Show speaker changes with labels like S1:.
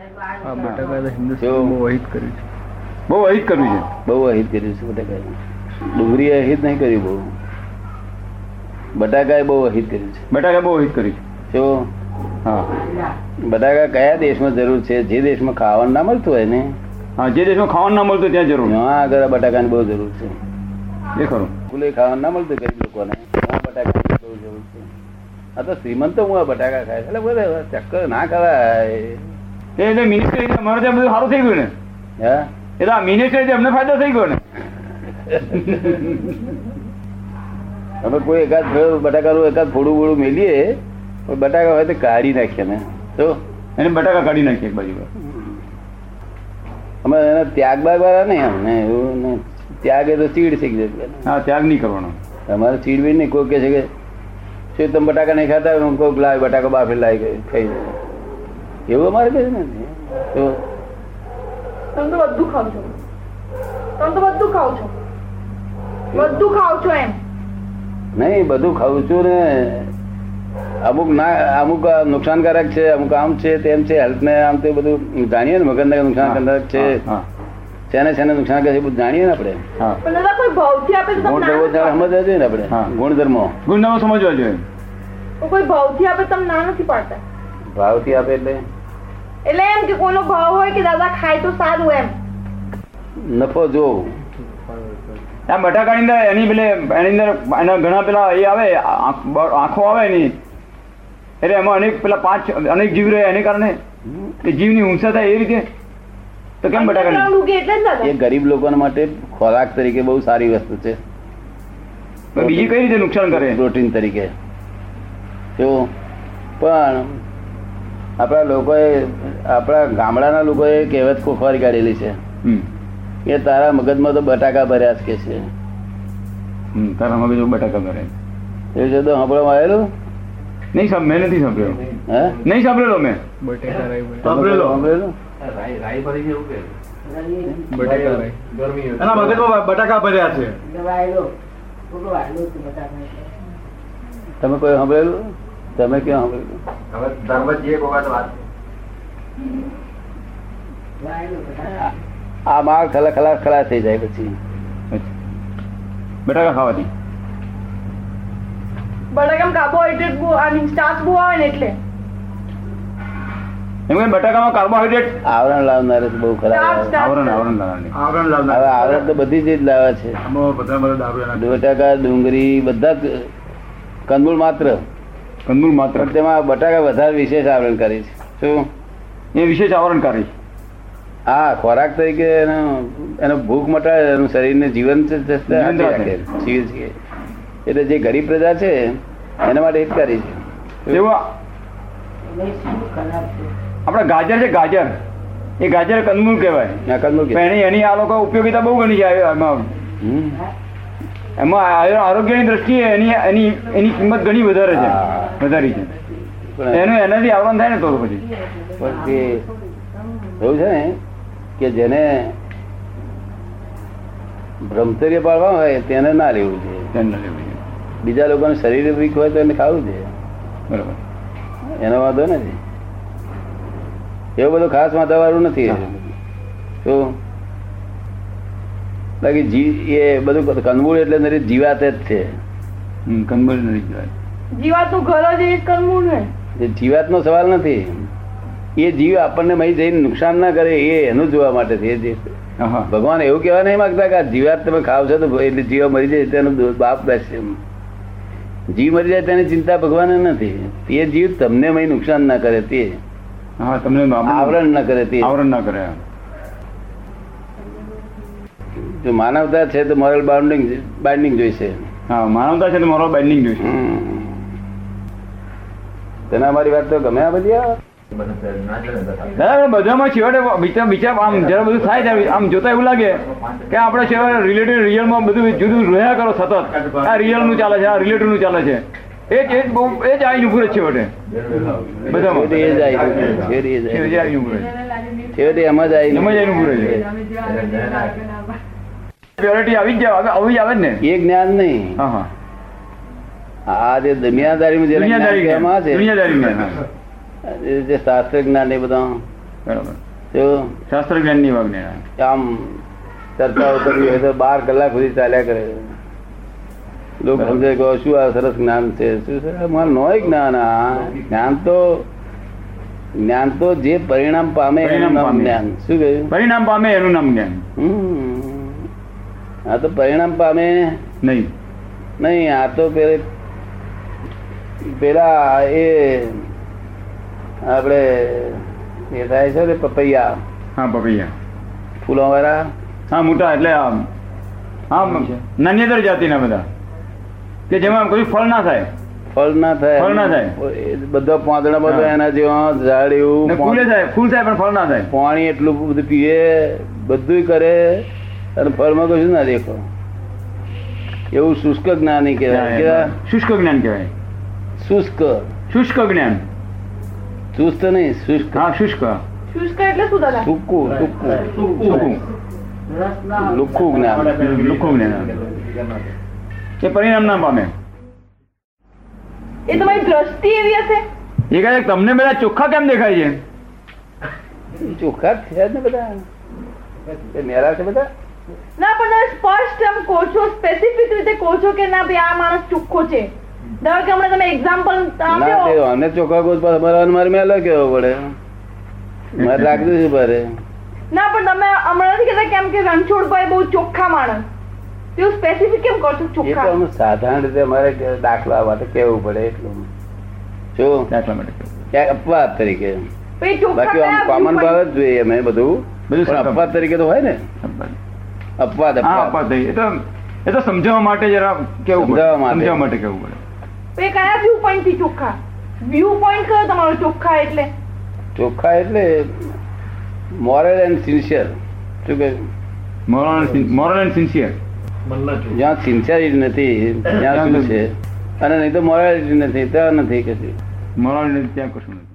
S1: આ બટાકા હિન્દુસ્તાન
S2: જો.
S1: વહિત કર્યું છે બહુ વહિત કર્યું છે
S2: બહુ અહિત કર્યું છે બટાકાએ ડુંગળીએ અહિત નહીં કર્યું બહુ બટાકાએ બહુ અહિત કર્યું છે
S1: બટાકા બહુ વહિત કર્યું છે
S2: જો
S1: હા
S2: બટાકા કયા દેશમાં જરૂર છે જે દેશમાં ખાવાનું ના મળતું હોય ને
S1: હા જે દેશમાં ખાવાનું ના મળતું ત્યાં જરૂર
S2: ત્યાં આગળ આ બટાકાની બહુ જરૂર
S1: એ
S2: છે
S1: ખરું
S2: ફૂલે ખાવાનું ના મળતું ગરીબ લોકોને ત્યાં બટાકાની બહુ જરૂર છે આ તો શ્રીમંતો હું આ બટાકા ખાય એટલે બોલે ચક્કર ના
S1: એ
S2: ખવાય
S1: એટલે મિનિસ્ટર અમારે ત્યાં બધું સારું થઈ ગયું ને
S2: હા
S1: એટલે આ મિનિસ્ટર અમને ફાયદો થઈ ગયો ને
S2: અમે કોઈ એકાદ ફળ બટાકાનું એકાદ ફોડું બોડું મેલીએ પણ બટાકા હોય તો કાઢી નાખીએ ને તો
S1: એને બટાકા કાઢી નાખીએ એક બાજુ
S2: અમે એના ત્યાગ બાગ વાળા નહીં અમને એવું નહીં. ત્યાગ એ તો ચીડ શીખી જશે
S1: હા ત્યાગ નહીં કરવાનો
S2: અમારે ચીડ બી નહીં કોઈ કહે છે કે શું તમે બટાકા નહીં ખાતા હું કોઈક લાવી બટાકા બાફી લાવી ગઈ ખાઈ જાય એવું અમારે કહે નથી તો
S3: તમે તો બધું ખાવ છો તમે તો બધું ખાવ છો બધું ખાવ છો એમ
S2: નહીં બધું ખાઉં છું ને અમુક ના અમુક આ નુકસાનકારક છે અમુક આમ છે તેમ છે હેલ્થ ને આમ તે બધું જાણીએ ને મગજને નુકસાનકારક છે
S1: હા
S2: શેને શેને નુકસાન કરે છે એ બધું જાણીએ ને આપણે
S1: હા
S3: પણ દાદા કોઈ ભાવથી આપે તો તમે
S2: ગુણધર્મો
S3: ના
S2: જરા સમજવા
S3: નથી
S2: જોઈએ ને આપણે
S1: હા.
S2: ગુણધર્મો
S1: ગુણધર્મો સમજવા જોઈએ
S3: પાડતા. કોઈ ભાવથી આપે તો તમે ના નથી પાડતા
S2: ભાવથી આપે એટલે
S3: એટલે એમ કે કોઈનો ભાવ હોય કે દાદા ખાય તો સારું એમ
S2: નફો જોવો
S1: આ બટાકાની અંદર એની પેલે એની અંદર એના ઘણા પેલા એ આવે આંખ- બ- આંખો આવે એની એટલે એમાં અનેક પેલા પાંચ અનેક જીવ રહે એને કારણે એ જીવની હિંસા થાય એ રીતે તો કેમ બટાકા
S3: અંતઃકરણ
S1: નહીં?
S3: ઉગે એટલે જ
S2: એ
S3: દાદા
S2: ગરીબ લોકો માટે ખોરાક તરીકે બહુ સારી વસ્તુ છે
S1: પણ બીજી કઈ રીતે નુકસાન કરે
S2: પ્રોટીન તરીકે તો પણ આપણા લોકોએ આપણા ગામડાના લોકોએ કહેવત ખોખવારી કાઢેલી છે
S1: હમ.
S2: કે તારા મગજમાં તો બટાકા ભર્યા જ કે છે
S1: હમ, તારા મગજ બટાકા કરે
S2: એવું છે તો સાંભળવામાં આવેલું
S1: નહીં સાંભ મેં નથી સાંભળ્યો
S2: હે
S1: નહીં સાંભળેલો મેં
S4: બટેકા રાઈ
S1: સાંભળેલો.
S2: સાંભળેલું?
S4: રાઈ રાઈ ભરી એવું કે
S1: બટેકા રાઈ.
S4: ગરમી હતી.
S1: એના મગજમાં બટાકા ભર્યા છે
S2: તમે કોઈ સાંભળેલું તમે ક્યાં સાંભળેલું
S4: હવે ધર્મજી એક વખત વાત
S2: આ માલ ખલા ખલા ખલા થઈ જાય પછી
S1: બટાકા ખાવાથી
S3: બટાકામાં કાર્બોહાઈડ્રેટ બહુ આની સ્ટાર્ચ બહુ આવે ને એટલે
S1: એમ કે બટાકામાં કાર્બોહાઈડ્રેટ
S2: આવરણ લાવનાર બહુ ખરાબ આવે.
S1: આવરણ આવરણ લાવવાની
S4: આવરણ
S2: હવે આવરણ તો બધી ચીજ લાવે છે
S4: બધા બધા દારૂ
S2: બટાકા ડુંગળી બધા જ કંદમૂળ માત્ર
S1: કંદમૂળ માત્ર
S2: પણ તેમાં બટાકા વધારે વિશેષ આવરણ કરે છે શું
S1: એ વિશેષ આવરણકારી
S2: હા ખોરાક તરીકે એનો એનો ભૂખ મટાડે એનું શરીરને જીવન છે તે
S1: જીવંત
S2: રાખે.
S1: રાખે.
S2: જીવે છે. એટલે જે ગરીબ પ્રજા છે એના માટે હિતકારી છે
S1: એવું આપણા ગાજર છે ગાજર એ ગાજર કંદમૂળ કહેવાય
S2: આ કંદમૂળ
S1: પણ
S2: કે
S1: એની એની આ લોકો ઉપયોગીતા બહુ ગણી છે આ- આમાં
S2: હમ.
S1: એમાં આ- આરોગ્યની દ્રષ્ટિએ એની એની એની કિંમત ઘણી વધારે છે
S2: હા.
S1: વધારી છે
S2: પણ
S1: એનું એનાથી આવરણ થાય ને તો પછી
S2: પણ તે એવું છે ને કે જેને બ્રહ્મચર્ય પાળવા હોય તેને ના લેવું જોઈએ
S1: ધ્યાન ના લેવું જોઈએ.
S2: બીજા લોકોનું શરીર વીક હોય તો એને ખાવું જોઈએ
S1: બરાબર
S2: એનો વાંધો નથી એવું બધું ખાસ માથાવાળું નથી તો બાકી જી એ બધું કંદમૂળ એટલે નરી જીવાત જ છે
S1: હમ, કંદમૂળ નથી કહેવાય.
S3: જીવાતનું ઘર જ એ કરવું ને
S2: એ જીવાતનો સવાલ નથી એ જીવ આપણને મહી જઈને નુકસાન ના કરે એ એનું જોવા માટે છે એ જે
S1: આહા.
S2: ભગવાન એવું કહેવા નહીં માંગતા કે આ જીવાત તમે ખાવ છો તો એટલે જીવ મરી જાય તેનો દો- બાપ બેસે એમ. જીવ મરી જાય તેની ચિંતા ભગવાન નથી તે જીવ તમને મય નુકસાન ના કરે તે
S1: હા તમને આપણને
S2: આવરણ ના કરે તે
S1: આવરણ ના કરે
S2: જો માનવતા છે તો મોરલ બાઉન્ડિંગ બાઇન્ડિંગ જોઈશે
S1: હા માનવતા છે તો મારો બેન્ડિંગ જોઈશે
S2: હમ. તને અમારી વાત તો ગમે આ બધી આ?
S1: દાદા પણ બધામાં છેવટે વિચાર વિચાર આમ જરા બધું થાય ત્યારે આમ જોતા એવું લાગે કે આપણે છેવટે રિલેટિવ રિયલમાં બધું જુદું જુદું રહ્યા કરો સતત આ રિયલ નું ચાલે છે આ રિલેટિવ નું ચાલે છે એ જ એ જ બહુ એ જ આવીને ઉભું રહે છે છેવટે બધામાં
S2: છેવટે એ જ આવી રહ્યું. છેવટે એ જ આવી
S1: છેવટે
S2: રહ્યું.
S1: આવીને ઊભું રહે છે. એમ જ
S2: છેવટે એમ જ આવી રહ્યું.
S1: આવીને ઊભું રહે છે પ્યોરિટી આવી જ જાય આવી જ આવે જ ને
S2: એ જ્ઞાન નહીં
S1: હા હા
S2: આ જે દુનિયાદારીમાં જે
S1: દુનિયાદારી
S2: જ્ઞાન
S1: જ્ઞાન.
S2: કહેવામાં આવે છે
S1: દુનિયાદારી જ્ઞાન, હા.
S2: જે શાસ્ત્ર જ્ઞાન એ બધા
S1: બરાબર
S2: તો
S1: શાસ્ત્ર જ્ઞાનની વાગણી
S2: આમ ચર્ચાઓ કરવી હોય તો બાર કલાક સુધી ચાલ્યા કરે લોકો
S1: બરાબર.
S2: સમજે કે શું આ સરસ જ્ઞાન છે શું છે આ મારે નોય જ્ઞાન આ જ્ઞાન તો જ્ઞાન તો જે પરિણામ પામે એનું
S1: પરિણામ
S2: નામ
S1: પામે.
S2: જ્ઞાન શું કહ્યું
S1: પરિણામ પામે એનું નામ જ્ઞાન
S2: હમ આ તો પરિણામ પામે
S1: નહીં
S2: નહીં આ તો પેલે પેલા એ આપણે એ થાય છે ને પપૈયા
S1: હા પપૈયા
S2: ફૂલો વાળા
S1: હા મોટા એટલે આમ આમ નાન્યતર જાતિના બધા કે જેમાં કોઈ ફળ ના થાય
S2: ફળ ના થાય
S1: ફળ ના થાય.
S2: એ બધા પાંદડા બધા
S1: હા.
S2: એના જેવા ઝાડ
S1: ને
S2: એવું
S1: ફૂલે થાય ફૂલ થાય પણ ફળ ના થાય
S2: પાણી એટલું બધું પીએ બધું કરે અને ફળમાં કશું ના દેખો એવું શુષ્ક જ્ઞાની કહેવાય કેવા
S1: શુષ્ક જ્ઞાન કહેવાય
S2: શુષ્ક
S1: શુષ્ક જ્ઞાન
S2: ચુસ્ત નહીં શુષ્ક
S1: હા શુષ્ક
S3: શુષ્ક એટલે શું દાદા
S2: ટૂંકું ટૂંકું
S1: સૂકું.
S2: લુખ્ખું જ્ઞાન
S1: લુખ્ખું જ્ઞાન એ પરિણામ ના પામે
S3: એ તમારી દ્રષ્ટિ એવી હશે
S1: એકાએક તમને બધા ચોખ્ખા કેમ દેખાય છે
S2: ચોખ્ખા જ છે ને બધા એ મેરા છે બધા
S3: ના પણ તમે સ્પષ્ટ એમ કહો છો સ્પેસિફિક રીતે કહો છો કે ના ભાઈ આ માણસ ચોખ્ખો છે ધારો કે હમણાં તમે એક્ઝામ્પલ
S2: ના તે
S3: આપ્યો
S2: અને ચોખ્ખા ગોત પાસે મારા અને મારે મેલો કેવો પડે મારે રાખજો છે ભારે
S3: ના પણ તમે હમણાં નથી કહેતા કેમ કે રણછોડભાઈ બહુ ચોખ્ખા માણસ તેવું સ્પેસિફિક કેમ કહો છો
S2: એ તો
S3: ચોખ્ખા
S2: અમે સાધારણ રીતે મારે કે દાખલા માટે કેવું પડે એટલું જો
S1: એટલા માટે
S2: ક્યાંક અપવાદ તરીકે
S3: ભાઈ ચોખ્ખા
S2: બાકી આમ
S3: કયા
S2: કોમન
S3: view
S2: ભાવ
S3: point?
S2: જ જોઈએ અમે બધું
S1: બધું
S2: પણ
S1: સરખમ.
S2: અપવાદ તરીકે તો હોય ને અપવાદ
S1: હા
S2: અપવાદ
S1: અપવાદ થઈ. એ તો એ તો સમજાવવા માટે જરા કેવું પડે
S2: સમજાવવા માટે.
S1: સમજાવવા માટે કેવું પડે
S3: ભાઈ કયા વ્યૂ પોઈન્ટ થી ચોખ્ખા વ્યૂ પોઈન્ટ કયો તમારો ચોખ્ખા એટલે
S2: ચોખ્ખા એટલે મોરલ એન્ડ સિન્સિયર શું કહ્યું
S1: મોરલ મોરલ એન્ડ સિન્સિયર
S2: જ્યાં સિન્સિયરિટી નથી ત્યાં શું છે અને નહીં તો મોરાલિટી નથી ત્યાં નથી કશું
S1: મોરલ ત્યાં કશું નથી